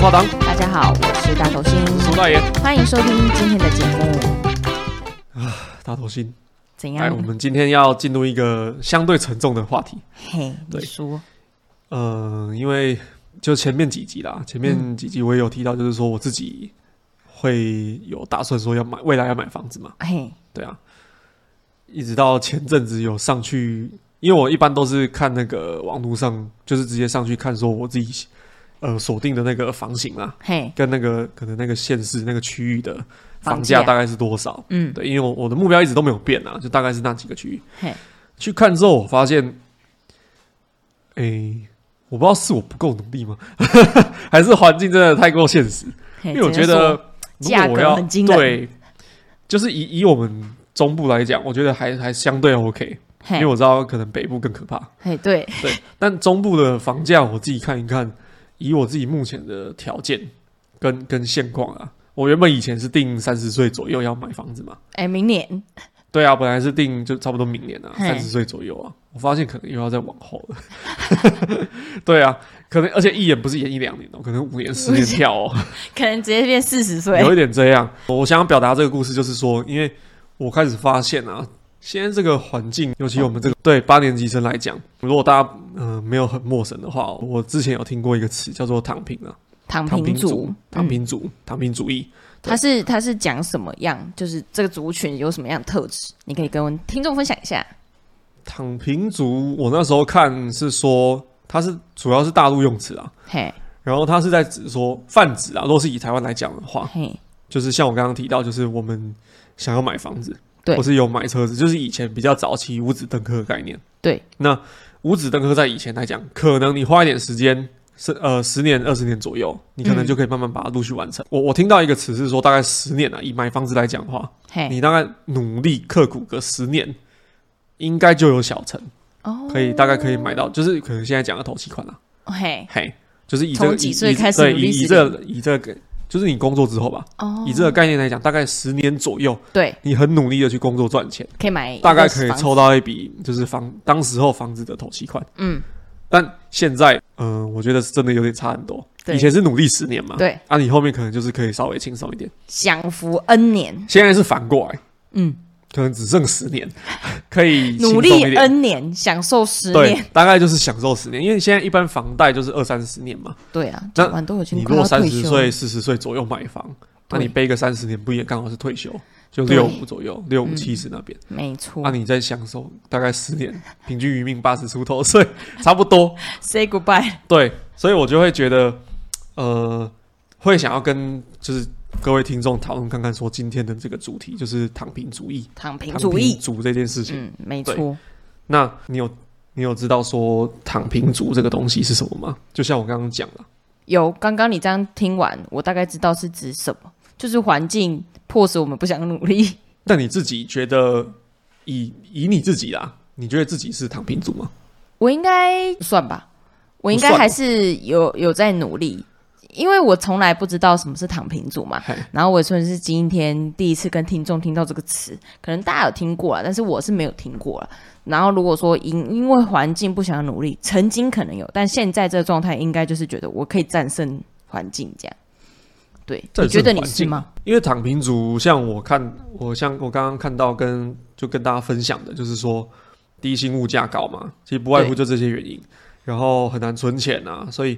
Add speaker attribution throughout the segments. Speaker 1: 花堂，
Speaker 2: 大家好，我是大头
Speaker 1: 苏
Speaker 2: 星，
Speaker 1: 大爷，
Speaker 2: 欢迎收听今天的节目。
Speaker 1: 大头星。
Speaker 2: 怎
Speaker 1: 哎，
Speaker 2: 样
Speaker 1: 我？们今天要进入一个相对沉重的话题。
Speaker 2: 嘿，你
Speaker 1: 对
Speaker 2: 说，
Speaker 1: 嗯、因为就前面几集啦，前面几集我也有提到，就是说我自己会有打算说要买，未来要买房子嘛。
Speaker 2: 嘿，
Speaker 1: 对啊，一直到前阵子有上去，因为我一般都是看那个网络上，就是直接上去看说我自己呃锁定的那个房型啦，
Speaker 2: 嘿，
Speaker 1: 跟那个可能那个县市那个区域的
Speaker 2: 房
Speaker 1: 房价
Speaker 2: 价
Speaker 1: 大概是多少。
Speaker 2: 嗯，
Speaker 1: 对，因为我我的目标一直都没有变啊，就大概是那几个区域。
Speaker 2: 嘿，
Speaker 1: 去看之后，我发现，诶、我不知道是我不够努力吗， 还是环境真的太过现实？
Speaker 2: 嘿
Speaker 1: 因为我觉，得，
Speaker 2: 哎
Speaker 1: 如
Speaker 2: 只能说
Speaker 1: 果
Speaker 2: 价
Speaker 1: 我
Speaker 2: 格
Speaker 1: 要
Speaker 2: 很惊人
Speaker 1: 对，就是以以我们中部来讲，我觉得还还相对 OK，
Speaker 2: 只
Speaker 1: 因
Speaker 2: 能说嘿，
Speaker 1: 为我知道可能北部更可怕。
Speaker 2: 嘿，对，
Speaker 1: 对，但中部的房价我自己看一看，以我自己目前的条件跟跟现况啊，我原本以前是定三十岁左右要买房子嘛。
Speaker 2: 哎，明年，
Speaker 1: 对啊，本来是定就差不多明年啊，
Speaker 2: 嘿
Speaker 1: 三十岁左右啊，我发现可能又要再往后了。 对啊，可能而且一演不是演一两年哦，可能五年、十年跳 哦，
Speaker 2: 可能直接变四十岁，
Speaker 1: 有一点这样。我想要表达这个故事，就是说，因为我开始发现啊，现在这个环境，尤其我们这个对八年级生来讲，如果大家嗯、呃没有很陌生的话，我之前有听过一个词叫做“躺平”啊，
Speaker 2: 躺
Speaker 1: 躺
Speaker 2: 平
Speaker 1: 平
Speaker 2: 族
Speaker 1: 族，、躺
Speaker 2: 嗯，
Speaker 1: 平族、躺平主义。
Speaker 2: 他是他是讲什么样？就是这个族群有什么样的特质？你可以跟我们听众分享一下。
Speaker 1: 躺平族，我那时候看是说，它是主要是大陆用词啊。
Speaker 2: 嘿，
Speaker 1: 然后他是在指说泛指啊，如果是以台湾来讲的话，
Speaker 2: 嘿，
Speaker 1: 就是像我刚刚提到，就是我们想要买房子，
Speaker 2: 对
Speaker 1: 或是有买车子，就是以前比较早期五子登科的概念。
Speaker 2: 对，
Speaker 1: 那五子登科在以前来讲，可能你花一点时间。是呃，十年二十年左右，你可能
Speaker 2: 嗯
Speaker 1: 就可以慢慢把它陆续完成。我我听到一个词是说，大概十年啊，以买房子来讲的话，
Speaker 2: 嘿，
Speaker 1: 你大概努力刻苦个十年，应该就有小成，
Speaker 2: 哦，
Speaker 1: 可以大概可以买到，就是可能现在讲的头期款啊，
Speaker 2: 嘿，
Speaker 1: 嘿，就是以这个
Speaker 2: 从
Speaker 1: 以
Speaker 2: 几岁
Speaker 1: 以
Speaker 2: 开始
Speaker 1: 对
Speaker 2: 努力
Speaker 1: 以
Speaker 2: 实
Speaker 1: 以这个以这个就是你工作之后吧，
Speaker 2: 哦，
Speaker 1: 以这个概念来讲，大概十年左右，
Speaker 2: 对，
Speaker 1: 你很努力的去工作赚钱，
Speaker 2: 可以买一个
Speaker 1: 大
Speaker 2: 房子，
Speaker 1: 概可以抽到一笔就是房当时候房子的头期款。
Speaker 2: 嗯，
Speaker 1: 但现在，嗯、我觉得是真的有点差很多。
Speaker 2: 对
Speaker 1: 以前是努力十年嘛，
Speaker 2: 对，
Speaker 1: 啊，你后面可能就是可以稍微轻松一点。
Speaker 2: 享福 N 年，
Speaker 1: 现在是反过来，
Speaker 2: 嗯，
Speaker 1: 可能只剩十年， 可以
Speaker 2: 努
Speaker 1: 轻松一
Speaker 2: 力
Speaker 1: 点
Speaker 2: N 年，享受十
Speaker 1: 对
Speaker 2: 年，，
Speaker 1: 大概就是享受十年，因为现在一般房贷就是二三十年嘛。
Speaker 2: 对啊，
Speaker 1: 那
Speaker 2: 早晚都已经
Speaker 1: 你
Speaker 2: 快
Speaker 1: 若
Speaker 2: 要
Speaker 1: 三
Speaker 2: 退
Speaker 1: 十
Speaker 2: 休
Speaker 1: 岁、
Speaker 2: 了，
Speaker 1: 四十岁左右买房，那
Speaker 2: 对
Speaker 1: 你背个三十年，不也刚好是退休？就
Speaker 2: 对
Speaker 1: 六五左右，六五
Speaker 2: 嗯
Speaker 1: 七十那边，
Speaker 2: 没错
Speaker 1: 啊那、你再享受大概十年，平均余命八十出头，所以 差不多。
Speaker 2: ，say goodbye，
Speaker 1: 对，所以我就会觉得，呃，会想要跟就是各位听众讨论看看，说今天的这个主题就是躺平主义、
Speaker 2: 躺平
Speaker 1: 躺
Speaker 2: 主
Speaker 1: 平
Speaker 2: 义，
Speaker 1: 族这件事情。
Speaker 2: 嗯，没
Speaker 1: 对
Speaker 2: 错，
Speaker 1: 那你有你有知道说躺平族这个东西是什么吗？就像我刚刚讲的，
Speaker 2: 有刚刚你这样听完，我大概知道是指什么，就是环境迫使我们不想努力。
Speaker 1: 那你自己觉得以以你自己啦，你觉得自己是躺平族吗？
Speaker 2: 我应该算吧，我应该还是有有在努力，因为我从来不知道什么是躺平族嘛
Speaker 1: 嘿。
Speaker 2: 然后我也算是今天第一次跟听众听到这个词，可能大家有听过啊，但是我是没有听过啊。然后如果说因因为环境不想努力，曾经可能有，但现在这个状态应该就是觉得我可以战胜环境这样。对，你
Speaker 1: 战
Speaker 2: 觉
Speaker 1: 胜
Speaker 2: 得你
Speaker 1: 环
Speaker 2: 是
Speaker 1: 境
Speaker 2: 吗？
Speaker 1: 因为躺平族，像我看，我像我刚刚看到跟就跟大家分享的，就是说低薪物价高嘛，其实不外乎就这些原因，然后很难存钱啊，所以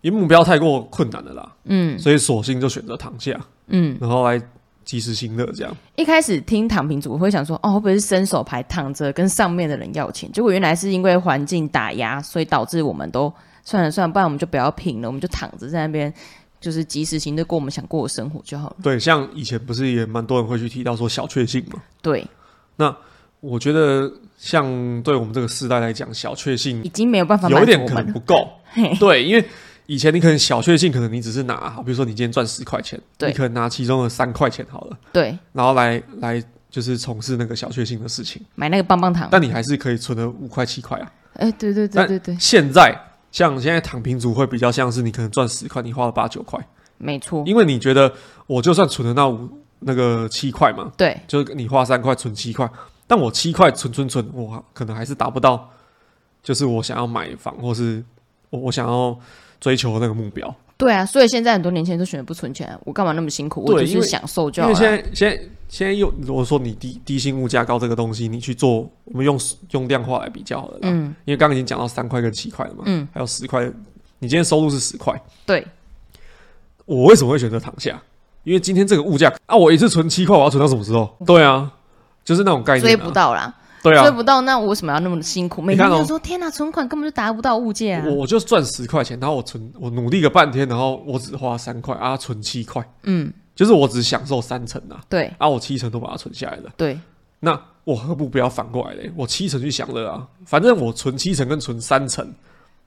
Speaker 1: 因为目标太过困难了啦，
Speaker 2: 嗯
Speaker 1: 所以索性就选择躺下，
Speaker 2: 嗯，
Speaker 1: 然后来及时行乐这样。
Speaker 2: 一开始听躺平族会想说，哦，会不会是伸手牌躺着跟上面的人要钱？结果原来是因为环境打压，所以导致我们都算了算了，不然我们就不要拼了，我们就躺着在那边，就是及时行乐过我们想过的生活就好了。
Speaker 1: 对，像以前不是也蛮多人会去提到说小确幸嘛，
Speaker 2: 对，
Speaker 1: 我觉得像对我们这个时代来讲，小确幸
Speaker 2: 已经没有办啊法满
Speaker 1: 嗯有一
Speaker 2: 足
Speaker 1: 点
Speaker 2: 我
Speaker 1: 可能
Speaker 2: 们
Speaker 1: 不
Speaker 2: 了。
Speaker 1: 够
Speaker 2: 嘿，
Speaker 1: 对，因为以前你可能小确幸，可能你只是拿，好比如说你今天赚十块钱，
Speaker 2: 对
Speaker 1: 你可能拿其中的三块钱好了，
Speaker 2: 对，
Speaker 1: 然后来来就是从事那个小确幸的事情，
Speaker 2: 买那个棒棒糖。
Speaker 1: 但你还是可以存了五块七块啊。
Speaker 2: 哎，对对对
Speaker 1: 但
Speaker 2: 对对，
Speaker 1: 现在像现在躺平族会比较像是你可能赚十块，你花了八九块，
Speaker 2: 没错。
Speaker 1: 因为你觉得我就算存了那五那个七块嘛，
Speaker 2: 对，
Speaker 1: 就是你花三块存七块，但我七块存存存，我可能还是达不到，就是我想要买房或是我我想要追求的那个目标。
Speaker 2: 对啊，所以现在很多年轻人都选择不存钱，啊我干嘛那么辛苦？我
Speaker 1: 对
Speaker 2: 就
Speaker 1: 因
Speaker 2: 是
Speaker 1: 为
Speaker 2: 享受就好
Speaker 1: 因为
Speaker 2: 了。
Speaker 1: 现在现在现在又如果说你低低薪物价高这个东西，你去做，我们用用量化来比较好了啦。
Speaker 2: 嗯，
Speaker 1: 因为刚刚已经讲到三块跟七块了嘛，
Speaker 2: 嗯，
Speaker 1: 还有十块，你今天收入是十块，
Speaker 2: 对，
Speaker 1: 我为什么会选择躺下？因为今天这个物价啊，我一次存七块，我要存到什么时候？对啊，就是那种概
Speaker 2: 追
Speaker 1: 念、
Speaker 2: 不
Speaker 1: 啊。
Speaker 2: 到啦，
Speaker 1: 对
Speaker 2: 追
Speaker 1: 啊，
Speaker 2: 不到，那我为什么要那么辛苦？每
Speaker 1: 你看
Speaker 2: 天
Speaker 1: 哦
Speaker 2: 就说天哪、存款根本就达不到物价啊
Speaker 1: 我。我就赚十块钱，然后我存，我努力个半天，然后我只花三块啊，存七块，
Speaker 2: 嗯，
Speaker 1: 就是我只享受三成啊，
Speaker 2: 对
Speaker 1: 啊，我七成都把它存下来了。
Speaker 2: 对，
Speaker 1: 那我何不不要反过来嘞？我七成去享乐啊，反正我存七成跟存三成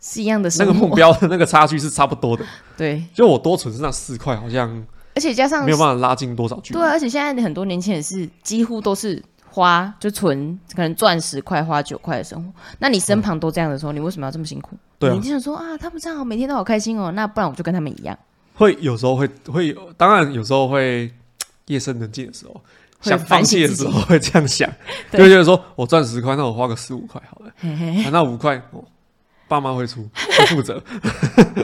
Speaker 2: 是一样的
Speaker 1: 那
Speaker 2: 生
Speaker 1: 个
Speaker 2: 活。
Speaker 1: 目标的那个差距是差不多的，
Speaker 2: 对，
Speaker 1: 就我多存是那四块，好像
Speaker 2: 而且加上
Speaker 1: 没有办法拉近多少距离
Speaker 2: 对。啊，而且现在很多年轻人是几乎都是花就存，可能赚十块花九块的生活。那你身旁都这样的时候，你为什么要这么辛苦？
Speaker 1: 对啊
Speaker 2: 你经常说啊，他们这样每天都好开心哦，那不然我就跟他们一样，
Speaker 1: 会有时候会会，当然有时候会夜深人静的时候，
Speaker 2: 会
Speaker 1: 想放
Speaker 2: 反省
Speaker 1: 弃的
Speaker 2: 自
Speaker 1: 时
Speaker 2: 己
Speaker 1: 候会这 样想，就
Speaker 2: 对
Speaker 1: 会觉得说我赚十块，那我花个十五块好了，
Speaker 2: 嘿嘿，
Speaker 1: 啊、那五块哦，爸妈会出，会负责。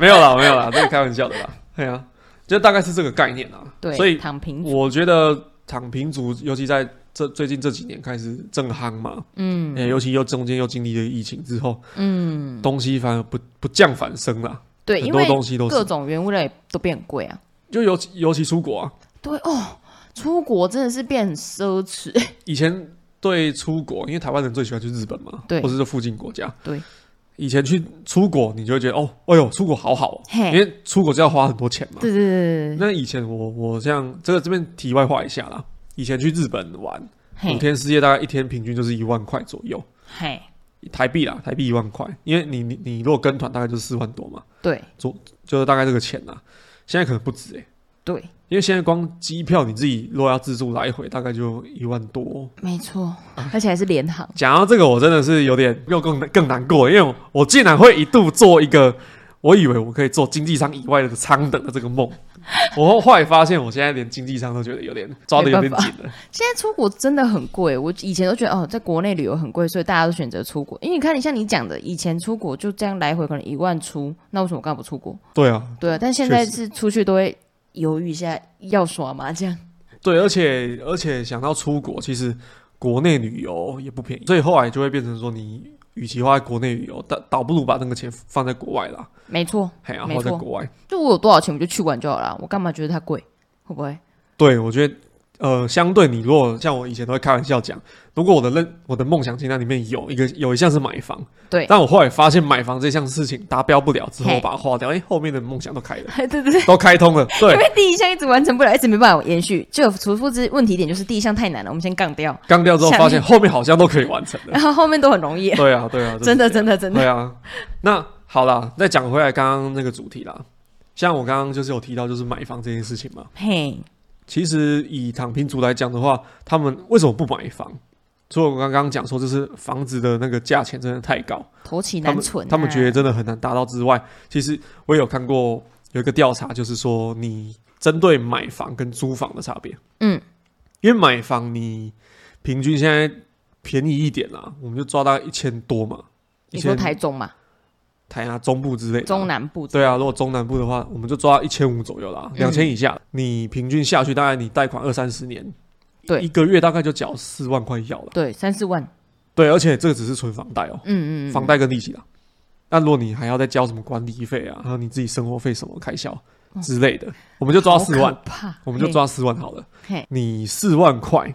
Speaker 1: 没有啦，没有啦，这个开玩笑的啦。对啊，就大概是这个概念啊。
Speaker 2: 对，
Speaker 1: 所以
Speaker 2: 躺平族，
Speaker 1: 我觉得躺平族，尤其在这最近这几年开始正夯嘛，嗯，尤其又中间又经历了疫情之后，嗯，东西反而不不降反升啦，
Speaker 2: 对，
Speaker 1: 很
Speaker 2: 因
Speaker 1: 多
Speaker 2: 为
Speaker 1: 东西都是
Speaker 2: 各种原物料也都变很贵啊，
Speaker 1: 就尤其尤其出国啊，
Speaker 2: 对哦，出国真的是变很奢侈，
Speaker 1: 以前对出国，因为台湾人最喜欢去日本嘛，
Speaker 2: 对
Speaker 1: 或者是附近国家，
Speaker 2: 对。
Speaker 1: 以前去出国，你就会觉得哦，哎呦，出国好好、哦，
Speaker 2: 嘿
Speaker 1: 因为出国就要花很多钱嘛。
Speaker 2: 对对对对对，
Speaker 1: 那以前我我像这个这边题外话一下啦，以前去日本玩五
Speaker 2: 嘿
Speaker 1: 天四夜，大概一天平均就是一万块左右
Speaker 2: 嘿，
Speaker 1: 台币啦，台币一万块，因为你你你如果跟团大概就是四万多嘛，
Speaker 2: 对
Speaker 1: 就是大概这个钱啦。现在可能不止诶、欸
Speaker 2: 对，
Speaker 1: 因为现在光机票你自己如果要自助来回，大概就一万多、
Speaker 2: 没错，
Speaker 1: 啊
Speaker 2: 而且还是联航，
Speaker 1: 讲到这个，我真的是有点又更更难过，因为我我竟然会一度做一个我以为我可以做经济舱以外的舱等的这个梦， 我后来发现我现在连经济舱都觉得有点抓的有点紧了。
Speaker 2: 现在出国真的很贵，我以前都觉得哦，在国内旅游很贵，所以大家都选择出国。因为你看，你像你讲的，以前出国就这样来回可能一万出，那为什么我干嘛不出国？
Speaker 1: 对啊，
Speaker 2: 对啊，但现在是出去都会犹豫一下，要耍麻 将。
Speaker 1: 对，而且而且想到出国，其实国内旅游也不便宜，所以后来就会变成说，你与其花在国内旅游，倒倒不如把那个钱放在国外啦，
Speaker 2: 没错，
Speaker 1: 嘿啊，
Speaker 2: 没
Speaker 1: 花
Speaker 2: 错
Speaker 1: 在国外。
Speaker 2: 就我有多少钱我就去玩就好了，我干嘛觉得它贵？会不会？
Speaker 1: 对，我觉得呃，相对你如果像我以前都会开玩笑讲，如果我的认我的梦想清单里面有一个有一项是买房，
Speaker 2: 对
Speaker 1: 但我后来发现买房这项事情达标不了之后，
Speaker 2: 嘿
Speaker 1: 我把它划掉，哎、后面的梦想都开了，
Speaker 2: 对对对。
Speaker 1: 都开 通了，
Speaker 2: 因
Speaker 1: 对，
Speaker 2: 为第一项一直完成不了，一直没办法延续，就有重复之问题点就是第一项太难了，我们先杠掉，
Speaker 1: 刚掉之后
Speaker 2: 想
Speaker 1: 发现后面好像都可以完成 了，
Speaker 2: 然后后面都很容 易。
Speaker 1: 对啊，对啊，
Speaker 2: 真的真
Speaker 1: 的
Speaker 2: 的真的，
Speaker 1: 对啊，那好啦，再讲回来刚刚那个主题啦。像我刚刚就是有提到，就是买房这件事情嘛。
Speaker 2: 嘿，
Speaker 1: 其实以躺平族来讲的话，他们为什么不买房？除了我刚刚讲说，就是房子的那个价钱真的太高，
Speaker 2: 投其
Speaker 1: 他
Speaker 2: 难
Speaker 1: 们
Speaker 2: 存啊、
Speaker 1: 他们觉得真的很难达到之外，其实我也有看过有一个调查，就是说你针对买房跟租房的差别。
Speaker 2: 嗯，
Speaker 1: 因为买房你平均现在便宜一点啦，我们就抓到一千多嘛，一
Speaker 2: 你说
Speaker 1: 千
Speaker 2: 台中嘛，
Speaker 1: 台啊中部之类的啊
Speaker 2: 中南部
Speaker 1: 对啊，如果中南部的话，我们就抓一千五左右啦，
Speaker 2: 嗯
Speaker 1: 两千以下，你平均下去大概你贷款二三十年，
Speaker 2: 对
Speaker 1: 一个月大概就缴四万块要了。
Speaker 2: 对，三四万，
Speaker 1: 对，而且这个只是纯房贷哦，
Speaker 2: 嗯嗯，嗯
Speaker 1: 房贷跟利息啦。那如果你还要再交什么管理费
Speaker 2: 嗯
Speaker 1: 啊，还有你自己生活费什么开销之类的，我们就抓四，
Speaker 2: 好
Speaker 1: 万
Speaker 2: 可，怕
Speaker 1: 我们就抓四万好了。
Speaker 2: 嘿，嘿
Speaker 1: 你四万块，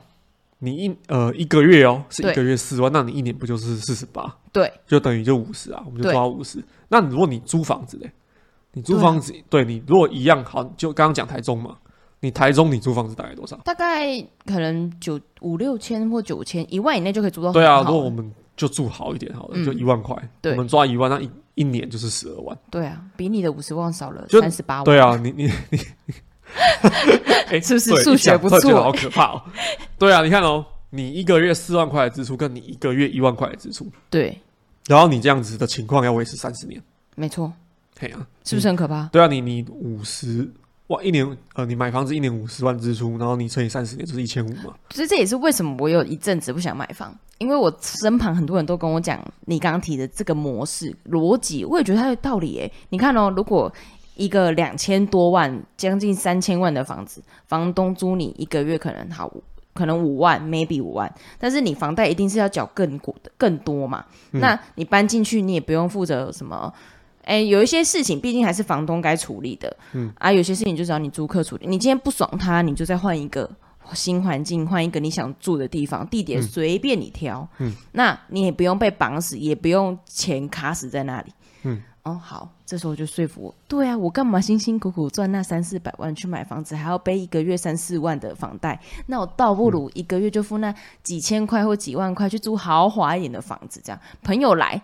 Speaker 1: 你一呃一个月哦，是
Speaker 2: 对
Speaker 1: 一个月四万，那你一年不就是四十八？
Speaker 2: 对，
Speaker 1: 就等于就五十啊，我们就
Speaker 2: 对
Speaker 1: 抓五十。那如果你租房子嘞，你租
Speaker 2: 对啊
Speaker 1: 房子，对你如果一样好，就刚刚讲台中嘛，你台中你租房子大概多少？
Speaker 2: 大概可能九五六千或九千，一万以内就可以租哦到很好
Speaker 1: 对
Speaker 2: 了。
Speaker 1: 啊，如果我们就住好一点好了，
Speaker 2: 嗯
Speaker 1: 就一万块，
Speaker 2: 对
Speaker 1: 我们抓一万，那一一年就是十二万。
Speaker 2: 对啊，比你的五十万少了
Speaker 1: 就
Speaker 2: 三十八万，
Speaker 1: 对啊，你你你，哎、
Speaker 2: 是不是
Speaker 1: 对
Speaker 2: 数学
Speaker 1: 一讲
Speaker 2: 不
Speaker 1: 突然觉得
Speaker 2: 错
Speaker 1: 好可怕哦。 对啊，你看哦，你一个月四万块的支出，跟你一个月一万块的支出，
Speaker 2: 对，
Speaker 1: 然后你这样子的情况要维持三十年，
Speaker 2: 没错，
Speaker 1: 嘿啊，
Speaker 2: 是不是很可怕？
Speaker 1: 对啊，你你五十，哇，一年呃，你买房子一年五十万支出，然后你乘以三十年就是一千五嘛。
Speaker 2: 所以这也是为什么我有一阵子不想买房，因为我身旁很多人都跟我讲你刚刚提的这个模式逻辑，我也觉得它有道理诶。你看哦，如果一个两千多万、将近三千万的房子，房东租你一个月可能好可能五万，maybe 五万，但是你房贷一定是要缴更过更多嘛。那你搬进去，你也不用负责什么。哎，有一些事情毕竟还是房东该处理的，嗯啊，有些事情就找你租客处理。你今天不爽他，你就再换一个新环境，换一个你想住的地方，地
Speaker 1: 嗯
Speaker 2: 点随便你挑，嗯，那你也不用被绑死，也不用钱卡死在那里，
Speaker 1: 嗯，
Speaker 2: 哦，好，这时候就说服我，对啊，我干嘛辛辛苦苦赚那三四百万去买房子，还要背一个月三四万的房贷？那我倒不如一个月就付
Speaker 1: 嗯
Speaker 2: 那几千块或几万块去租豪华一点的房子，这样朋友来。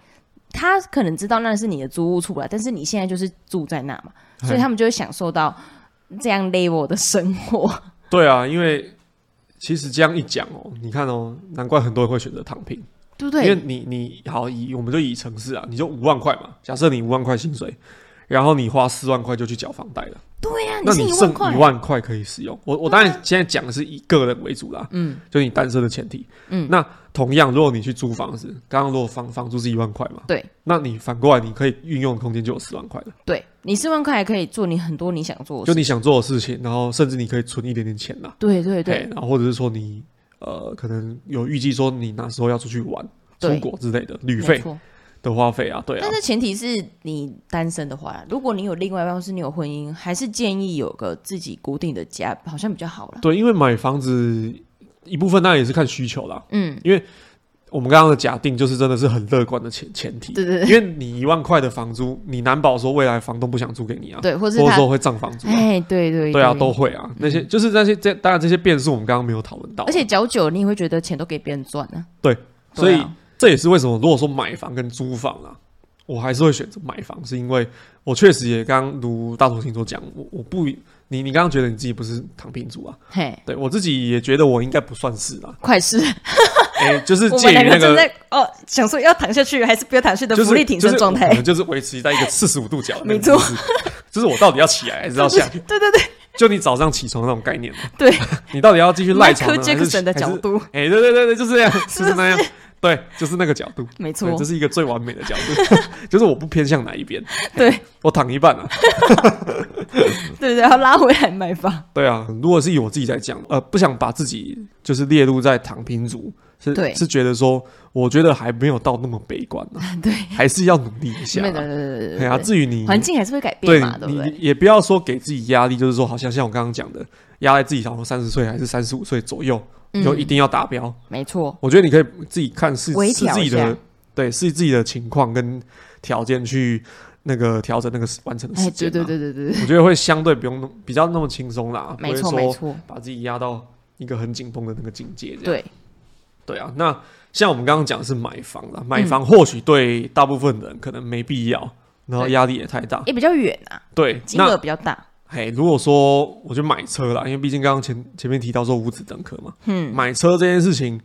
Speaker 2: 他可能知道那是你的租屋处了，但是你现在就是住在那嘛，所
Speaker 1: 哎
Speaker 2: 以他们就会享受到这样 level 的生活。
Speaker 1: 对啊，因为其实这样一讲哦，你看哦，难怪很多人会选择躺平，
Speaker 2: 对不
Speaker 1: 因为
Speaker 2: 对？
Speaker 1: 你你好以我们就以城市啊，你就五万块嘛，假设你五万块薪水，然后你花四万块就去缴房贷了，
Speaker 2: 对呀、
Speaker 1: 那
Speaker 2: 是
Speaker 1: 你
Speaker 2: 一
Speaker 1: 剩
Speaker 2: 万块啊
Speaker 1: 一，万块可以使用。我我当然现在讲的是以个人为主啦，
Speaker 2: 嗯，
Speaker 1: 就你单身的前提，
Speaker 2: 嗯
Speaker 1: 那同样，如果你去租房子，刚刚如果房房租是一万块嘛，
Speaker 2: 对，
Speaker 1: 那你反过来你可以运用的空间就有四万块了，
Speaker 2: 对你四万块还可以做你很多你想做的
Speaker 1: 就
Speaker 2: 事，
Speaker 1: 你想做的事情，然后甚至你可以存一点点钱啦，
Speaker 2: 对对
Speaker 1: 对，
Speaker 2: 对
Speaker 1: 然后或者是说你呃可能有预计说你哪时候要出去玩、出
Speaker 2: 对
Speaker 1: 国之类的旅
Speaker 2: 没
Speaker 1: 费
Speaker 2: 错。
Speaker 1: 的花费啊，对啊
Speaker 2: 但，是前提是你单身的话啦，如果你有另外一半或是你有婚姻，还是建议有个自己固定的家，好像比较好啦。
Speaker 1: 对，因为买房子一部分当然也是看需求啦，
Speaker 2: 嗯，
Speaker 1: 我们刚刚的假定就是真的是很乐观的前前提，
Speaker 2: 对 对对
Speaker 1: 因为你一万块的房租，你难保说未来房东不想租给你啊，
Speaker 2: 对，或是
Speaker 1: 或者
Speaker 2: 他，
Speaker 1: 说会涨房租、啊，
Speaker 2: 哎，对对嗯
Speaker 1: 对啊，都会啊，那些就是那些这当然这些变数我们刚刚没有讨论到，
Speaker 2: 而且缴久，你也会觉得钱都给别人赚呢、
Speaker 1: 对
Speaker 2: 啊。
Speaker 1: 所以这也是为什么如果说买房跟租房啊，我还是会选择买房，是因为我确实也刚刚如大头星所讲，我我不你你刚刚觉得你自己不是躺平族啊，
Speaker 2: 嘿，
Speaker 1: 对我自己也觉得我应该不算是 啊，
Speaker 2: 快是，
Speaker 1: 哎、就是
Speaker 2: 我
Speaker 1: 介
Speaker 2: 们
Speaker 1: 于
Speaker 2: 两
Speaker 1: 那
Speaker 2: 正
Speaker 1: 个
Speaker 2: 在哦，想说要躺下去还是不要躺下去的
Speaker 1: 就是
Speaker 2: 福利挺身状态
Speaker 1: 就是我可，能就是维持在一个四十五度角的那
Speaker 2: 没
Speaker 1: 个
Speaker 2: 错
Speaker 1: 姿势，就是我到底要起来还是要下去？
Speaker 2: 对对对
Speaker 1: 就你早上起床那种概念，
Speaker 2: 对，
Speaker 1: 你到底要继续赖床
Speaker 2: 科
Speaker 1: 呢，
Speaker 2: 杰
Speaker 1: 还
Speaker 2: 克
Speaker 1: 是
Speaker 2: 森的角？度，
Speaker 1: 还是哎，对对对对，就是这 样，就是那样，对，就是那个角度，
Speaker 2: 没错
Speaker 1: 对，，这是一个最完美的角度， 就是我不偏向哪一边，
Speaker 2: 对
Speaker 1: 我躺一半啊，
Speaker 2: 对对，要拉回来买房，
Speaker 1: 对啊，如果是以我自己在讲，呃，不想把自己就是列入在躺平族，是
Speaker 2: 对
Speaker 1: 是觉得说，我觉得还没有到那么悲观啊，
Speaker 2: 对，
Speaker 1: 还是要努力一下
Speaker 2: 对对
Speaker 1: 啊。
Speaker 2: 对对
Speaker 1: 对啊，
Speaker 2: 对对，
Speaker 1: 至于你
Speaker 2: 环境还是会改变
Speaker 1: 对
Speaker 2: 嘛，对不
Speaker 1: 你
Speaker 2: 对？
Speaker 1: 也不要说给自己压力，就是说好像像我刚刚讲的，压在自己，然后三十岁还是三十五岁左右，就一
Speaker 2: 嗯，
Speaker 1: 定要达标。
Speaker 2: 没错，
Speaker 1: 我觉得你可以自己看是
Speaker 2: 微
Speaker 1: 是
Speaker 2: 调
Speaker 1: 自己
Speaker 2: 一下
Speaker 1: 的，对，是自己的情况跟条件去那个调整那个时完成的
Speaker 2: 哎，
Speaker 1: 时
Speaker 2: 对
Speaker 1: 间。啊
Speaker 2: 对，对对对，对
Speaker 1: 我觉得会相对不用那么比较那么轻松啦，
Speaker 2: 没
Speaker 1: 不
Speaker 2: 错
Speaker 1: 会
Speaker 2: 没
Speaker 1: 说
Speaker 2: 错，
Speaker 1: 把自己压到一个很紧绷的那个境界。这样
Speaker 2: 对，
Speaker 1: 对啊，那像我们刚刚讲的是买房啦，
Speaker 2: 嗯
Speaker 1: 买房或许对大部分人可能没必要，然后
Speaker 2: 对
Speaker 1: 压力也太大。
Speaker 2: 也比较远啊，
Speaker 1: 对，
Speaker 2: 金
Speaker 1: 那。
Speaker 2: 额比较大，
Speaker 1: 嘿，如果说我就买车啦，因为毕竟刚刚前前面提到说五子登科嘛，
Speaker 2: 嗯，
Speaker 1: 买车这件事情，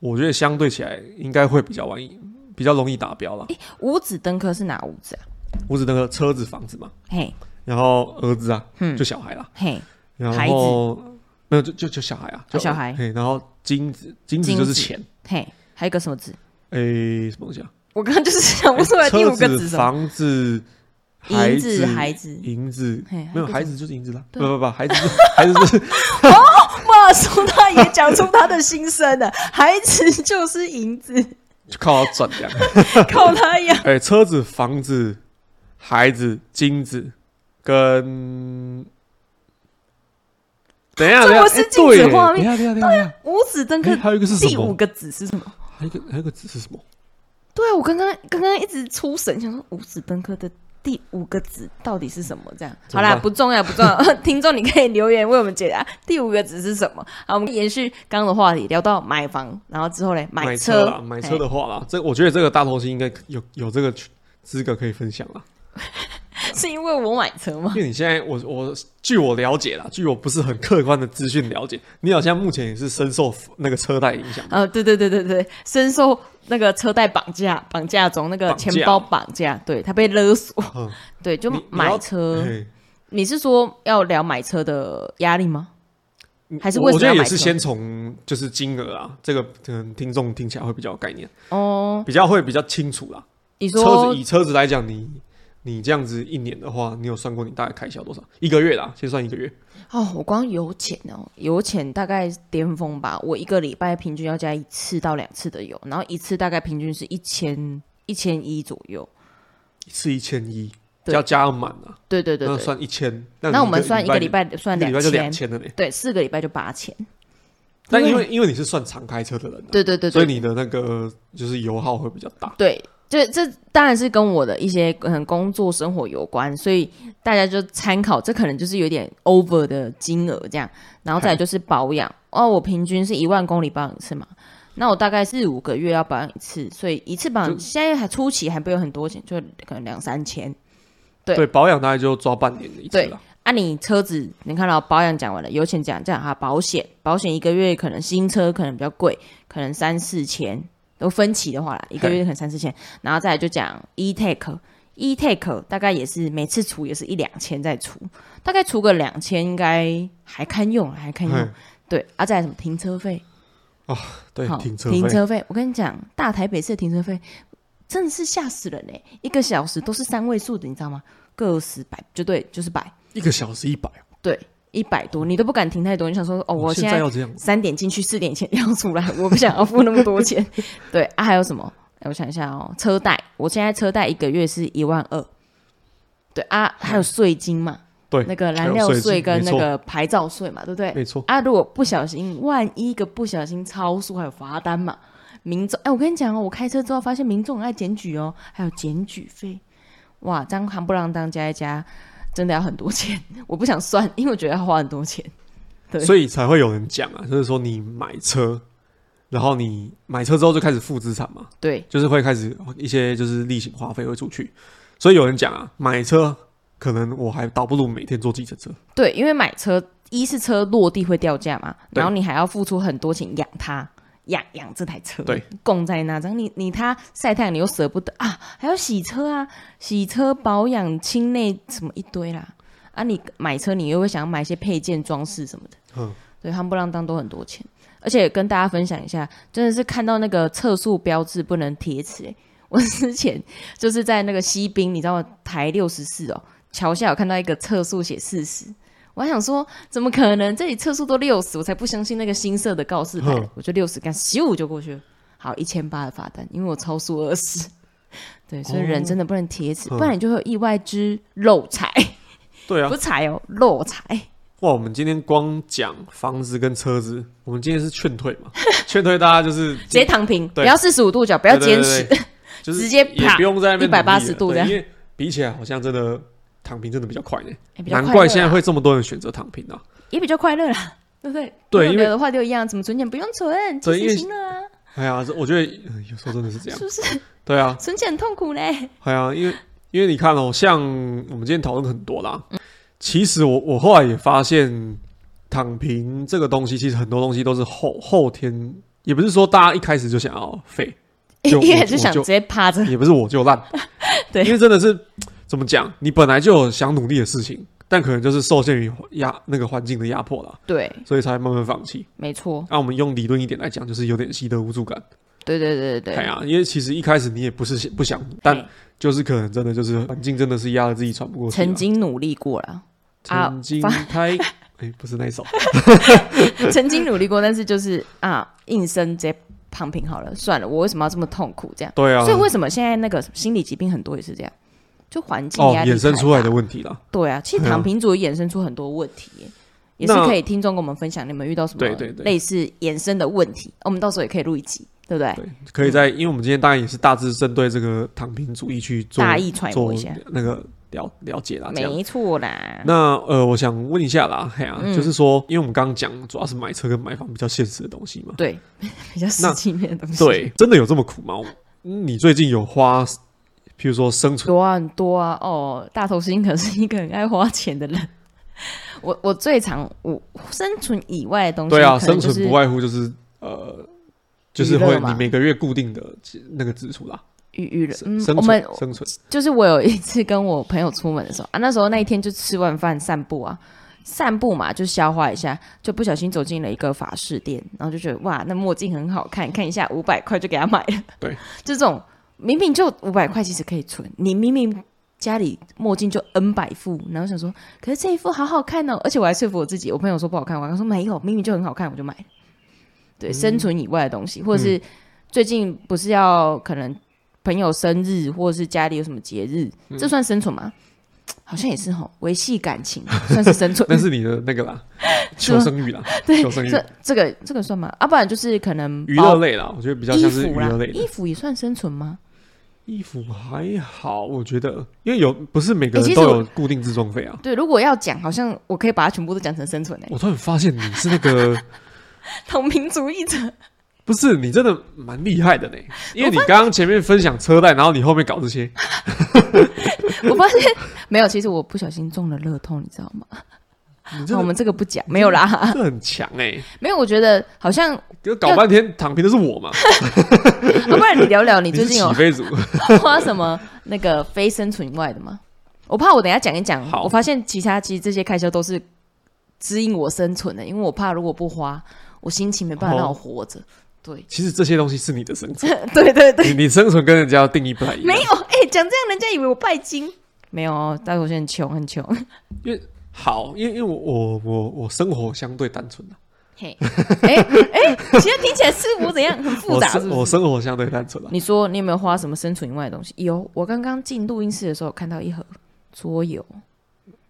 Speaker 1: 我觉得相对起来应该会比较容易，比较容易达标啦。
Speaker 2: 五子登科是哪五子啊？
Speaker 1: 五子登科，车子、房子嘛，
Speaker 2: 嘿
Speaker 1: 然后儿子啊，
Speaker 2: 嗯
Speaker 1: 就小孩啦，
Speaker 2: 嘿，
Speaker 1: 然
Speaker 2: 孩哦
Speaker 1: 后没有就就就小孩啊，就
Speaker 2: 小孩
Speaker 1: 嘿，然后金子，金子
Speaker 2: 金
Speaker 1: 就
Speaker 2: 子
Speaker 1: 是钱，
Speaker 2: 嘿，还有一个什么字？
Speaker 1: 诶，什么东西啊？
Speaker 2: 我刚刚就是想不出来第
Speaker 1: 哎车
Speaker 2: 五个字
Speaker 1: 子、
Speaker 2: 什么，
Speaker 1: 房子、孩
Speaker 2: 银
Speaker 1: 子
Speaker 2: 子、、孩子，
Speaker 1: 银子
Speaker 2: 嘿，
Speaker 1: 没有
Speaker 2: 还
Speaker 1: 孩子就是银子啦，不
Speaker 2: 对啊
Speaker 1: 不不，孩子就孩子就是
Speaker 2: 哇，苏大爷讲出他的心声了， 孩子就是银子，
Speaker 1: 就靠他转这样。
Speaker 2: 靠他养。
Speaker 1: 哎、车子、房子、孩子、金子跟……等一下，
Speaker 2: 这
Speaker 1: 等一下
Speaker 2: 不是
Speaker 1: 哎
Speaker 2: 金
Speaker 1: 对
Speaker 2: 子
Speaker 1: 耶
Speaker 2: 画
Speaker 1: 等一
Speaker 2: 面啊
Speaker 1: 下，等一下，等一下，
Speaker 2: 五子登科
Speaker 1: 哎还有一个是什
Speaker 2: 第五
Speaker 1: 么？
Speaker 2: 个子是什么？
Speaker 1: 还有一个还有一个字是什么？
Speaker 2: 对啊，我刚刚刚刚一直出神，想说五子登科的第五个子到底是什么？这样
Speaker 1: 怎
Speaker 2: 好
Speaker 1: 么
Speaker 2: 啦，
Speaker 1: 办
Speaker 2: 不重要，不重要。 听众你可以留言为我们解答第五个子是什么。好，我们延续刚刚的话题，聊到买房，然后之后嘞，
Speaker 1: 买
Speaker 2: 车，
Speaker 1: 啦，买车
Speaker 2: 哎
Speaker 1: 的话啦，这我觉得这个大头星应该有有这个资格可以分享啦。
Speaker 2: 啊哎是因为我买车吗？
Speaker 1: 因为你现在我我据我了解啦，据我不是很客观的资讯了解，你好像目前也是深受那个车贷影响。
Speaker 2: 呃，对对对对对，深受那个车贷绑架绑架中，那个
Speaker 1: 绑架
Speaker 2: 钱包绑架，对他被勒索，
Speaker 1: 嗯
Speaker 2: 对，就
Speaker 1: 你你要
Speaker 2: 买车，
Speaker 1: 嘿
Speaker 2: 你是说要聊买车的压力吗？还是
Speaker 1: 我
Speaker 2: 为
Speaker 1: 我
Speaker 2: 什么
Speaker 1: 觉
Speaker 2: 要
Speaker 1: 得也
Speaker 2: 买
Speaker 1: 是
Speaker 2: 车？
Speaker 1: 先从就是金额啊，这个可能听众听起来会比较有概念，
Speaker 2: 哦，
Speaker 1: 比较会比较清楚啦。
Speaker 2: 你
Speaker 1: 车
Speaker 2: 说
Speaker 1: 子以车子来讲，你你这样子一年的话，你有算过你大概开销多少？一个月啦，先算一个月。
Speaker 2: 哦，我光油钱哦，油钱大概巅峰吧，我一个礼拜平均要加一次到两次的油，然后一次大概平均是一千一千一左右。
Speaker 1: 一次一千一，
Speaker 2: 对
Speaker 1: 要加满啊，
Speaker 2: 对对对
Speaker 1: 那
Speaker 2: 对，
Speaker 1: 算一千。
Speaker 2: 那我们算一个礼
Speaker 1: 拜，
Speaker 2: 拜算
Speaker 1: 一个礼
Speaker 2: 两
Speaker 1: 拜就两
Speaker 2: 千，
Speaker 1: 千了嘞。
Speaker 2: 对，四个礼拜就八千。
Speaker 1: 但因为因为你是算常开车的人啊，
Speaker 2: 对对对
Speaker 1: 所以
Speaker 2: 对
Speaker 1: 你的那个就是油耗会比较大。
Speaker 2: 对，这这当然是跟我的一些可能工作生活有关，所以大家就参考，这可能就是有点 over 的金额这样，然后再来就是保养哦，我平均是一万公里保养一次嘛，那我大概是五个月要保养一次，所以一次保
Speaker 1: 就
Speaker 2: 养现在还初期还不有很多钱，就可能两三千。对
Speaker 1: 对，保养大概就抓半年的一次
Speaker 2: 对
Speaker 1: 啦。
Speaker 2: 啊，你车子你看到保养讲完了，油钱讲讲哈，保险保险一个月可能新车可能比较贵，可能三四千，都分期的话啦，一个月可能三四千，然后再来就讲 e take e take 大概也是每次除也是一两千再除，大概除个两千应该还堪用还堪用
Speaker 1: 嗯，，
Speaker 2: 对，啊再来什么停车费，
Speaker 1: 对
Speaker 2: 好，，
Speaker 1: 哎停车
Speaker 2: 停
Speaker 1: 费，
Speaker 2: 车费，我跟你讲，大台北市的停车费真的是吓死人嘞、欸一个小时都是三位数的，你知道吗？个十百就对，就是百。
Speaker 1: 一个小时一百。哦
Speaker 2: 对，一百多，你都不敢停太多，你想说哦，我
Speaker 1: 现
Speaker 2: 现
Speaker 1: 在
Speaker 2: 在
Speaker 1: 要这样，
Speaker 2: 三点进去，四点前要出来，我不想要付那么多钱。 对啊，还有什么？哎，我想一下哦，车贷，我现在车贷一个月是一万二。对啊，还有税金嘛，
Speaker 1: 对，
Speaker 2: 那个
Speaker 1: 嗯还
Speaker 2: 燃
Speaker 1: 有
Speaker 2: 料
Speaker 1: 税
Speaker 2: 税
Speaker 1: 金
Speaker 2: 跟
Speaker 1: 没
Speaker 2: 那
Speaker 1: 错
Speaker 2: 个牌照税嘛，对不对？
Speaker 1: 没错，
Speaker 2: 啊，如果不小心，万一一个不小心超速，还有罚单嘛。民众，哎，我跟你讲哦，我开车之后发现民众很爱检举哦，还有检举费，哇，这样行不啷当加一加，真的要很多钱。我不想算，因为我觉得要花很多钱。对
Speaker 1: 所以才会有人讲啊，就是说你买车，然后你买车之后就开始负资产嘛，
Speaker 2: 对，
Speaker 1: 就是会开始一些就是例行花费会出去，所以有人讲啊，买车可能我还倒不如每天坐计程车，
Speaker 2: 对，因为买车，一是车落地会掉价嘛，
Speaker 1: 对
Speaker 2: 然后你还要付出很多钱养它，养养这台车，
Speaker 1: 对，
Speaker 2: 供在那，然后你你它晒太阳你又舍不得啊，还要洗车啊，洗车保养、清内什么一堆啦，啊，你买车你又会想要买一些配件、装饰什么的，
Speaker 1: 嗯，
Speaker 2: 对，夯不啷当都很多钱，而且跟大家分享一下，真的是看到那个测速标志不能贴纸、欸，我之前就是在那个西滨，你知道台六十四哦，桥下有看到一个测速写四十，我还想说怎么可能？这里测速都六十，我才不相信那个新设的告示牌
Speaker 1: 哼，
Speaker 2: 我就六十干咻就过去了，好一千八的罚单，因为我超速二十。对，所以人
Speaker 1: 哦
Speaker 2: 真的不能贴纸，
Speaker 1: 哼
Speaker 2: 不然你就会有意外之漏财，
Speaker 1: 对啊
Speaker 2: 不，财哦，漏财。
Speaker 1: 哇，我们今天光讲房子跟车子，我们今天是劝退 嘛，劝退大家就是
Speaker 2: 直接躺平，不
Speaker 1: 对
Speaker 2: 要四十五度角，不要
Speaker 1: 对
Speaker 2: 坚
Speaker 1: 对
Speaker 2: 持
Speaker 1: 对。对就是
Speaker 2: 直接
Speaker 1: 也
Speaker 2: 啪
Speaker 1: 不用在那边
Speaker 2: 180
Speaker 1: 努力了啊
Speaker 2: 度
Speaker 1: 对
Speaker 2: 这样
Speaker 1: 因为比起来好像真的躺平真的比较快呢，
Speaker 2: 欸比较
Speaker 1: 难
Speaker 2: 快乐
Speaker 1: 怪
Speaker 2: 啦
Speaker 1: 现在会这么多人选择躺平啊，
Speaker 2: 也比较快乐啦， 对不对？
Speaker 1: 对
Speaker 2: 没有
Speaker 1: 因为
Speaker 2: 的话就一样，怎么存钱不用存，
Speaker 1: 对
Speaker 2: 及
Speaker 1: 因为
Speaker 2: 时行乐啊，
Speaker 1: 哎呀，这我觉得呃有时候真的是这样
Speaker 2: 是，不是？
Speaker 1: 对啊，
Speaker 2: 存钱很痛苦嘞。
Speaker 1: 哎呀，因为因为你看哦，像我们今天讨论很多啦，其实我我后来也发现，躺平这个东西，其实很多东西都是后后天，也不是说大家一开始就想要废， 就
Speaker 2: 一开
Speaker 1: 我
Speaker 2: 始就想
Speaker 1: 我就
Speaker 2: 直接趴 着，，
Speaker 1: 也不是我就烂
Speaker 2: 对
Speaker 1: 因为真的是怎么讲，你本来就有想努力的事情，但可能就是受限于压那个环境的压迫啦，
Speaker 2: 对，
Speaker 1: 所以才慢慢放弃。
Speaker 2: 没错，
Speaker 1: 那、我们用理论一点来讲，就是有点习得无助感。
Speaker 2: 对对对对
Speaker 1: 哎
Speaker 2: 对，
Speaker 1: 呀，因为其实一开始你也不是想不想，但就是可能真的就是环境真的是压得自己喘不过气、啊。
Speaker 2: 曾经努力过了，啊
Speaker 1: 曾经
Speaker 2: 发
Speaker 1: 太哎、不是那一首，
Speaker 2: 曾经努力过，但是就是啊，硬生直接躺平好了，算了，我为什么要这么痛苦这样？
Speaker 1: 对啊，
Speaker 2: 所以为什么现在那个心理疾病很多也是这样，就环境
Speaker 1: 哦
Speaker 2: 压力
Speaker 1: 衍生
Speaker 2: 太
Speaker 1: 出来
Speaker 2: 大
Speaker 1: 的问题啦。
Speaker 2: 对啊，其实
Speaker 1: 对啊
Speaker 2: 躺平族也衍生出很多问题耶，也是
Speaker 1: 那
Speaker 2: 可以听众跟我们分享你们遇到什么
Speaker 1: 对对对
Speaker 2: 类似衍生的问题，我们到时候也可以录一集，对不对？嗯
Speaker 1: 对，可以在，因为我们今天当然也是大致针对这个躺平主义去做
Speaker 2: 大意揣摩
Speaker 1: 做
Speaker 2: 一下，
Speaker 1: 那个了了解啦，这样。
Speaker 2: 没错啦。
Speaker 1: 那呃，我想问一下啦，嘿啊，
Speaker 2: 嗯
Speaker 1: 就是说，因为我们刚刚讲主要是买车跟买房比较现实的东西嘛，
Speaker 2: 对， 比较实际面的东西。，
Speaker 1: 对，真的有这么苦吗？嗯你最近有花，譬如说生存
Speaker 2: 多啊，很多啊。哦，大头星可是一个很爱花钱的人。我我最常我生存以外的东西，
Speaker 1: 对啊，
Speaker 2: 可能
Speaker 1: 生
Speaker 2: 就
Speaker 1: 存
Speaker 2: 是
Speaker 1: 不外乎就是呃，就是
Speaker 2: 娱乐
Speaker 1: 会
Speaker 2: 嘛
Speaker 1: 你每个月固定的那个支出啦。
Speaker 2: 与与人，嗯
Speaker 1: 生生，
Speaker 2: 我们
Speaker 1: 存生存，
Speaker 2: 就是我有一次跟我朋友出门的时候啊，那时候那一天就吃完饭散步啊，散步嘛就消化一下，就不小心走进了一个法式店，然后就觉得哇，那墨镜很好看，看一下五百块就给他买了。
Speaker 1: 对，
Speaker 2: 就这种明明就五百块其实可以存，你明明家里墨镜就 N 百副，然后想说，可是这一副好好看哦，而且我还说服我自己，我朋友说不好看，我还说没有，明明就很好看，我就买了。对，生存以外的东西，或者是最近不是要可能朋友生日，或者是家里有什么节日，这算生存吗？好像也是吼，维系感情算是生存。
Speaker 1: 那是你的那个啦，
Speaker 2: 是吗
Speaker 1: 求生欲啦，
Speaker 2: 对
Speaker 1: 求生欲，
Speaker 2: 这这个这个算吗？啊，不然就是可能
Speaker 1: 娱
Speaker 2: 包
Speaker 1: 乐类啦，我觉得比较
Speaker 2: 衣
Speaker 1: 像是娱
Speaker 2: 服啦
Speaker 1: 乐类，的
Speaker 2: 衣服也算生存吗？
Speaker 1: 衣服还好，我觉得，因为有不是每个
Speaker 2: 欸其
Speaker 1: 人
Speaker 2: 实
Speaker 1: 都
Speaker 2: 我
Speaker 1: 有固定自装费啊。
Speaker 2: 对，如果要讲，好像我可以把它全部都讲成生存诶、欸
Speaker 1: 我突然发现你是那个，
Speaker 2: 同民主义者。
Speaker 1: 不是你真的蛮厉害的呢，因为你刚刚前面分享车贷，然后你后面搞 这些，
Speaker 2: 我发 现没有，其实我不小心中了乐透，你知道吗？
Speaker 1: 你
Speaker 2: 那
Speaker 1: 真
Speaker 2: 我
Speaker 1: 的
Speaker 2: 们这个不讲，没有啦，
Speaker 1: 这很强哎，
Speaker 2: 没有。我觉得好 像，啊、
Speaker 1: 就搞半天躺平的是我嘛，
Speaker 2: 不然你聊聊你
Speaker 1: 你
Speaker 2: 最
Speaker 1: 是
Speaker 2: 近
Speaker 1: 起
Speaker 2: 有
Speaker 1: 飞组，
Speaker 2: 花什么那个非生存以外的吗？我怕我等一下讲一讲，
Speaker 1: 好
Speaker 2: 我发现其他其实这些开销都是指引我生存的，因为我怕如果不花，我心情没办法
Speaker 1: 哦
Speaker 2: 让我活着。对，
Speaker 1: 其实这些东西是你的生存，
Speaker 2: 对对对，
Speaker 1: 你你生存跟人家的定义不太一
Speaker 2: 没
Speaker 1: 样。
Speaker 2: 有，哎、讲这样人家以为我拜金。没有哦，但是我现在很穷，很穷。
Speaker 1: 好，因为因为我我我我生活相对单纯啊
Speaker 2: 嘿，哎哎，其实听起来是我怎样很复
Speaker 1: 我
Speaker 2: 杂，是
Speaker 1: 生
Speaker 2: 不
Speaker 1: 我
Speaker 2: 是？
Speaker 1: 生活相对单纯啊，
Speaker 2: 你说你有没有花什么生存以外的东西？有，我刚刚进录音室的时候看到一盒桌游，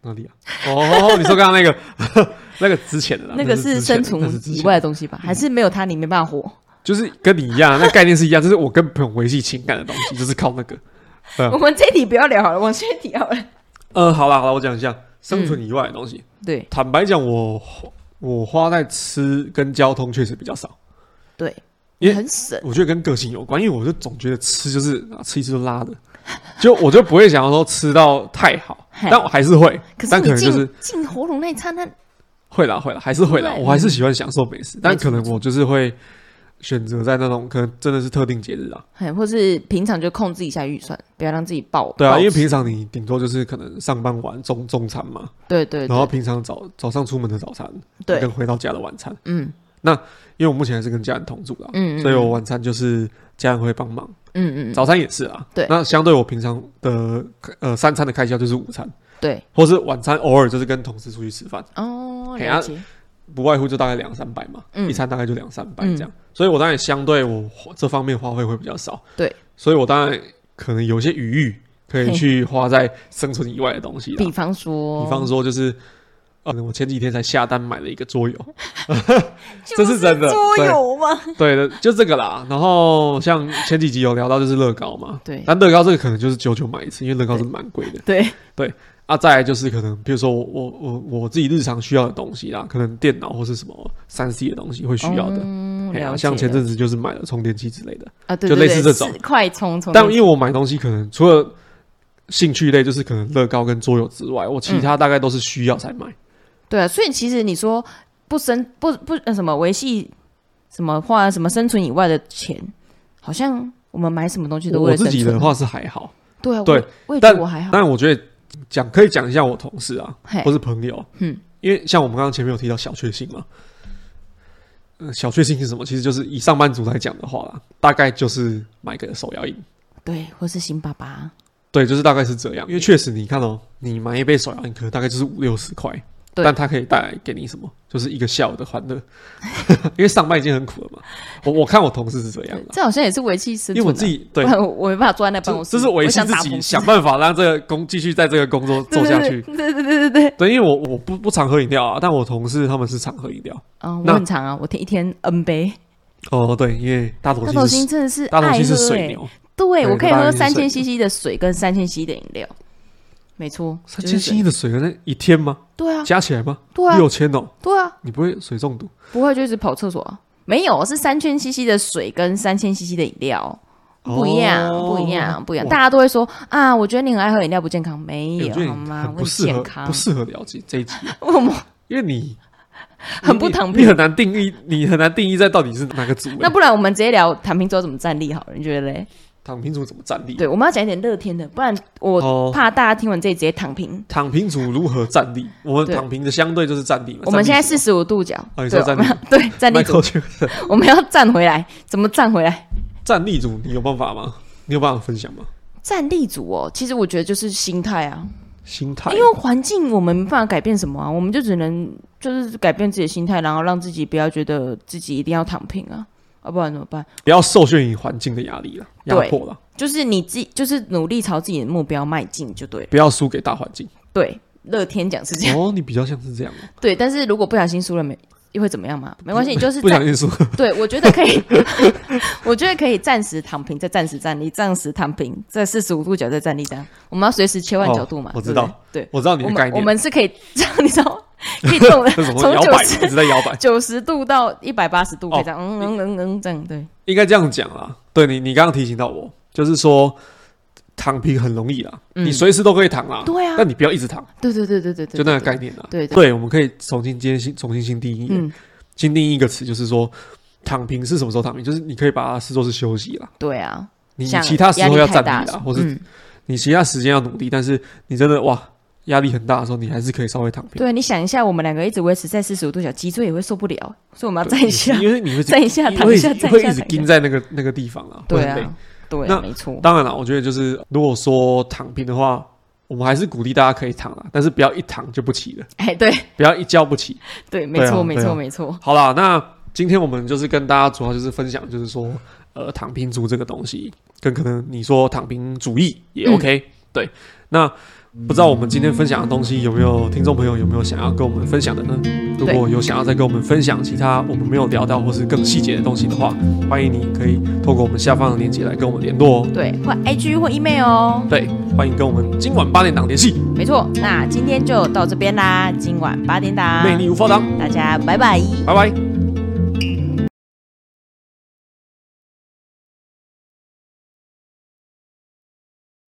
Speaker 1: 哪里啊？哦， 你说刚刚那个啊那个 之前的啦，
Speaker 2: 那个
Speaker 1: 是
Speaker 2: 是
Speaker 1: 之前
Speaker 2: 生
Speaker 1: 的
Speaker 2: 存
Speaker 1: 那是之前嗯啊
Speaker 2: 以
Speaker 1: 的
Speaker 2: 外的东西吧？还是没有它你没办法活？
Speaker 1: 就是跟你一样，那概念是一样，就是我跟朋友维系情感的东西，就是靠 那个。
Speaker 2: 我们这题不要聊好了，往下一题好了。
Speaker 1: 呃，好啦好啦，我讲一下生存以外的东西。
Speaker 2: 对
Speaker 1: 坦白讲，我我花在吃跟交通确实比较少，
Speaker 2: 对，
Speaker 1: 因为
Speaker 2: 很省。
Speaker 1: 我觉得跟个性有关，因为我就总觉得吃就是、啊、吃一次就拉的，就我就不会想要说吃到太好
Speaker 2: 嘿，
Speaker 1: 但我还是会，
Speaker 2: 可是
Speaker 1: 但
Speaker 2: 你
Speaker 1: 可能就
Speaker 2: 进
Speaker 1: 是
Speaker 2: 进喉咙那一刹那，
Speaker 1: 会啦会啦，还是会啦，
Speaker 2: 对
Speaker 1: 我还是喜欢享受美食，但
Speaker 2: 没错
Speaker 1: 可能我就是会选择在那种可能真的是特定节日啊，
Speaker 2: 嘿或是平常就控制一下预算，不要让自己爆。
Speaker 1: 对啊，
Speaker 2: 爆
Speaker 1: 因为
Speaker 2: 吃
Speaker 1: 平常你顶多就是可能上班晚中中餐嘛，
Speaker 2: 对对
Speaker 1: 然后
Speaker 2: 对
Speaker 1: 平常早早上出门的早餐，
Speaker 2: 对
Speaker 1: 跟，回到家的晚餐，
Speaker 2: 嗯
Speaker 1: 因为我目前还是跟家人同住啦，
Speaker 2: 嗯嗯
Speaker 1: 所以我晚餐就是家人会帮忙，
Speaker 2: 嗯嗯，
Speaker 1: 早餐也是啊，
Speaker 2: 对
Speaker 1: 那相对我平常的呃三餐的开销就是午餐，
Speaker 2: 对
Speaker 1: 或是晚餐偶尔就是跟同事出去吃饭，
Speaker 2: 哦，
Speaker 1: 嘿啊
Speaker 2: 了解。
Speaker 1: 不外乎就大概两三百嘛，
Speaker 2: 嗯
Speaker 1: 一餐大概就两三百这样，所以我当然相对我这方面花费会比较少，
Speaker 2: 对，
Speaker 1: 所以我当然可能有些余裕可以
Speaker 2: 嘿
Speaker 1: 去花在生存以外的东西啦，
Speaker 2: 比方说，
Speaker 1: 比方说就是。呃，我前几天才下单买了一个桌游，
Speaker 2: 就
Speaker 1: 这是真的
Speaker 2: 桌
Speaker 1: 对
Speaker 2: 游吗？
Speaker 1: 对的，就这个啦。然后像前几集有聊到就是乐高嘛，
Speaker 2: 对
Speaker 1: 但乐高这个可能就是久久买一次，因为乐高是蛮贵的
Speaker 2: 对，
Speaker 1: 啊。再来就是可能，比如说我我我我自己日常需要的东西啦，可能电脑或是什么三 C 的东西会需要的。
Speaker 2: 嗯
Speaker 1: 哎呀、
Speaker 2: 了解
Speaker 1: 像前阵
Speaker 2: 了
Speaker 1: 子就是买了充电器之类的，
Speaker 2: 啊，对
Speaker 1: 就
Speaker 2: 对
Speaker 1: 类似
Speaker 2: 对
Speaker 1: 这种
Speaker 2: 是快充充
Speaker 1: 但
Speaker 2: 电
Speaker 1: 因为我买东西可能除了兴趣类，就是可能乐高跟桌游之外，我
Speaker 2: 嗯
Speaker 1: 其他大概都是需要才买。
Speaker 2: 对啊，所以其实你说不生不不呃什么维系什么花什么生存以外的钱，好像我们买什么东西都
Speaker 1: 我
Speaker 2: 为了
Speaker 1: 自
Speaker 2: 生
Speaker 1: 己的
Speaker 2: 存。
Speaker 1: 话是还好，
Speaker 2: 对啊，我
Speaker 1: 对
Speaker 2: 也我也觉
Speaker 1: 但
Speaker 2: 得我还好。
Speaker 1: 但我觉得讲可以讲一下我同事啊，
Speaker 2: 嘿
Speaker 1: 或，是朋友，
Speaker 2: 嗯，
Speaker 1: 因为像我们刚刚前面有提到小确幸嘛，呃，小确幸是什么？其实就是以上班族来讲的话啦，大概就是买个手摇饮，
Speaker 2: 对，或是新爸爸，
Speaker 1: 对，就是大概是这样。因为确实你看哦，你买一杯手摇饮可能大概就是五六十块，
Speaker 2: 对
Speaker 1: 但它可以带来给你什么？就是一个下午的欢乐， 因为上班已经很苦了嘛。我我看我同事是这样
Speaker 2: 对
Speaker 1: 啦，
Speaker 2: 这好像也是维系生存
Speaker 1: 因
Speaker 2: 啊。
Speaker 1: 为我自己对
Speaker 2: 不。然我我没办法坐在那办公
Speaker 1: 这
Speaker 2: 室，
Speaker 1: 这是维系
Speaker 2: 我
Speaker 1: 自
Speaker 2: 打
Speaker 1: 己
Speaker 2: 喷嚏
Speaker 1: 想办法让这个工继续在这个工作做下去。
Speaker 2: 对对对对对对对，
Speaker 1: 对，因为我我不不常喝饮料啊，但我同事他们是常喝饮料。
Speaker 2: 嗯，我
Speaker 1: 那
Speaker 2: 很长啊，我天一天 N 杯。
Speaker 1: 哦，对，因为大头
Speaker 2: 大头星
Speaker 1: 星是
Speaker 2: 真的是
Speaker 1: 大头
Speaker 2: 爱
Speaker 1: 星是
Speaker 2: 喝
Speaker 1: 水
Speaker 2: 哎，
Speaker 1: 牛，
Speaker 2: 对
Speaker 1: 对
Speaker 2: 我可以
Speaker 1: 大头
Speaker 2: 喝
Speaker 1: 星是
Speaker 2: 三
Speaker 1: 水
Speaker 2: 千 CC 的水跟三千 CC 的饮料，没错，
Speaker 1: 三
Speaker 2: 就是
Speaker 1: 千
Speaker 2: 水
Speaker 1: CC 的水那一天吗？
Speaker 2: 对啊
Speaker 1: 加起来吗？
Speaker 2: 对啊
Speaker 1: 六千哦，
Speaker 2: 对啊，
Speaker 1: 你不会水中毒？
Speaker 2: 不会就是跑厕所啊？没有，是三千 CC 的水跟三千 CC 的饮料不一样，
Speaker 1: 哦
Speaker 2: 不一样，不一样。
Speaker 1: 哇
Speaker 2: 大家都会说啊，我觉得你很爱喝饮料，不健康。没
Speaker 1: 哎
Speaker 2: 有
Speaker 1: 我觉得
Speaker 2: 好
Speaker 1: 你
Speaker 2: 吗
Speaker 1: 很？
Speaker 2: 我
Speaker 1: 不
Speaker 2: 很
Speaker 1: 适合
Speaker 2: 健，康
Speaker 1: 不，适合了解这一集，啊
Speaker 2: 我 们
Speaker 1: 因为你
Speaker 2: 很
Speaker 1: 你
Speaker 2: 不躺
Speaker 1: 你
Speaker 2: 平。
Speaker 1: 很难定义，你很难定义在到底是哪个组。欸
Speaker 2: 那不然我们直接聊躺平之后怎么站立好了？你觉得嘞？
Speaker 1: 躺平族怎么站立？
Speaker 2: 对，我们要讲一点乐天的，不然我
Speaker 1: 哦，
Speaker 2: 怕大家听完这里直接躺平。
Speaker 1: 躺平族如何站立？我们
Speaker 2: 对
Speaker 1: 躺平的相对就是站立嘛。
Speaker 2: 我们现在
Speaker 1: 站立
Speaker 2: 四十五度角，
Speaker 1: 哦你
Speaker 2: 对，
Speaker 1: 说
Speaker 2: 我
Speaker 1: 站
Speaker 2: 们要对 站立
Speaker 1: 组 Michael
Speaker 2: 组，
Speaker 1: Jordan
Speaker 2: 我们要站回来，怎么站回来？
Speaker 1: 站立组，你有办法吗？你有办法分享吗？
Speaker 2: 站立组哦，其实我觉得就是心态啊，
Speaker 1: 心态，
Speaker 2: 因为环境我们没办法改变什么啊，我们就只能就是改变自己的心态，然后让自己不要觉得自己一定要躺平啊，要不然怎么办？
Speaker 1: 不要受限于环境的压力了、压
Speaker 2: 对
Speaker 1: 迫了，
Speaker 2: 就是你自己，就是努力朝自己的目标迈进就对了。
Speaker 1: 不要输给大环境。
Speaker 2: 对，乐天讲是这样，
Speaker 1: 哦，你比较像是这样哦，
Speaker 2: 对，但是如果不小心输了没，又会怎么样嘛？没关系，你 就是
Speaker 1: 不
Speaker 2: 在
Speaker 1: 想念书。
Speaker 2: 对，我觉得可以， 我觉得可以暂时躺平，再暂时站立，暂时躺平，再四十五度角再站立，这样我们要随时切换角度嘛。
Speaker 1: 哦我知
Speaker 2: 对不对
Speaker 1: 道，我知道你
Speaker 2: 对，我
Speaker 1: 的概
Speaker 2: 们我
Speaker 1: 念，
Speaker 2: 们是可以，这样你知道吗，可以这种
Speaker 1: 这什么
Speaker 2: 从
Speaker 1: 摇
Speaker 2: 九
Speaker 1: 摆
Speaker 2: 十
Speaker 1: 一直在摇摆，
Speaker 2: 九十度到一百八十度，可以
Speaker 1: 哦
Speaker 2: 这样，嗯嗯嗯嗯，这样对，
Speaker 1: 应该这样讲啦。对你，你刚刚提醒到我，就是说躺平很容易啦，
Speaker 2: 嗯
Speaker 1: 你随时都可以躺啦。
Speaker 2: 对啊
Speaker 1: 但你不要一直躺，
Speaker 2: 对对对对对对，
Speaker 1: 就那个
Speaker 2: 对
Speaker 1: 概，念啦。
Speaker 2: 对对
Speaker 1: 对，我们可以重新今天新重新新定义，
Speaker 2: 嗯，
Speaker 1: 新定义一个词，就是说躺平是什么时候躺平？就是你可以把它视作是休息啦，
Speaker 2: 对啊，
Speaker 1: 你你
Speaker 2: 像
Speaker 1: 其他时候
Speaker 2: 压
Speaker 1: 要
Speaker 2: 力太
Speaker 1: 站
Speaker 2: 大
Speaker 1: 立啦，
Speaker 2: 的
Speaker 1: 或是
Speaker 2: 嗯
Speaker 1: 你其他时间要努力，但是你真的哇压力很大的时候，你还是可以稍微躺平。
Speaker 2: 对，你想一下，我们两个一直维持在四十五度角，脊椎也会受不了，所以我们啊要站一
Speaker 1: 你
Speaker 2: 下，
Speaker 1: 因为你会
Speaker 2: 站一下，
Speaker 1: 你
Speaker 2: 躺一
Speaker 1: 会
Speaker 2: 下，站一
Speaker 1: 会
Speaker 2: 下，
Speaker 1: 一直
Speaker 2: 躺一
Speaker 1: 盯
Speaker 2: 下，
Speaker 1: 在那个那个地方啦，会
Speaker 2: 对
Speaker 1: 很累。
Speaker 2: 啊，对啊，
Speaker 1: 那
Speaker 2: 没错，
Speaker 1: 当然了，我觉得就是如果说躺平的话，我们还是鼓励大家可以躺啦，但是不要一躺就不起了，
Speaker 2: 哎，对
Speaker 1: 不要一觉不起。
Speaker 2: 对，没
Speaker 1: 对啊
Speaker 2: 错，没
Speaker 1: 对啊
Speaker 2: 错，没错，
Speaker 1: 好啦，那今天我们就是跟大家主要就是分享，就是说呃躺平族这个东西，跟可能你说躺平主义也
Speaker 2: 嗯
Speaker 1: OK、对，那不知道我们今天分享的东西有没有听众朋友有没有想要跟我们分享的呢？如
Speaker 2: 对
Speaker 1: 果有想要再跟我们分享其他我们没有聊到或是更细节的东西的话，欢迎你可以透过我们下方的链接来跟我们联络哦。
Speaker 2: 对，或 IG 或 email 哦。
Speaker 1: 对，欢迎跟我们今晚八点档联系。
Speaker 2: 没错，那今天就到这边啦，今晚八点档，
Speaker 1: 魅力无法挡，
Speaker 2: 大家拜拜。
Speaker 1: 拜拜。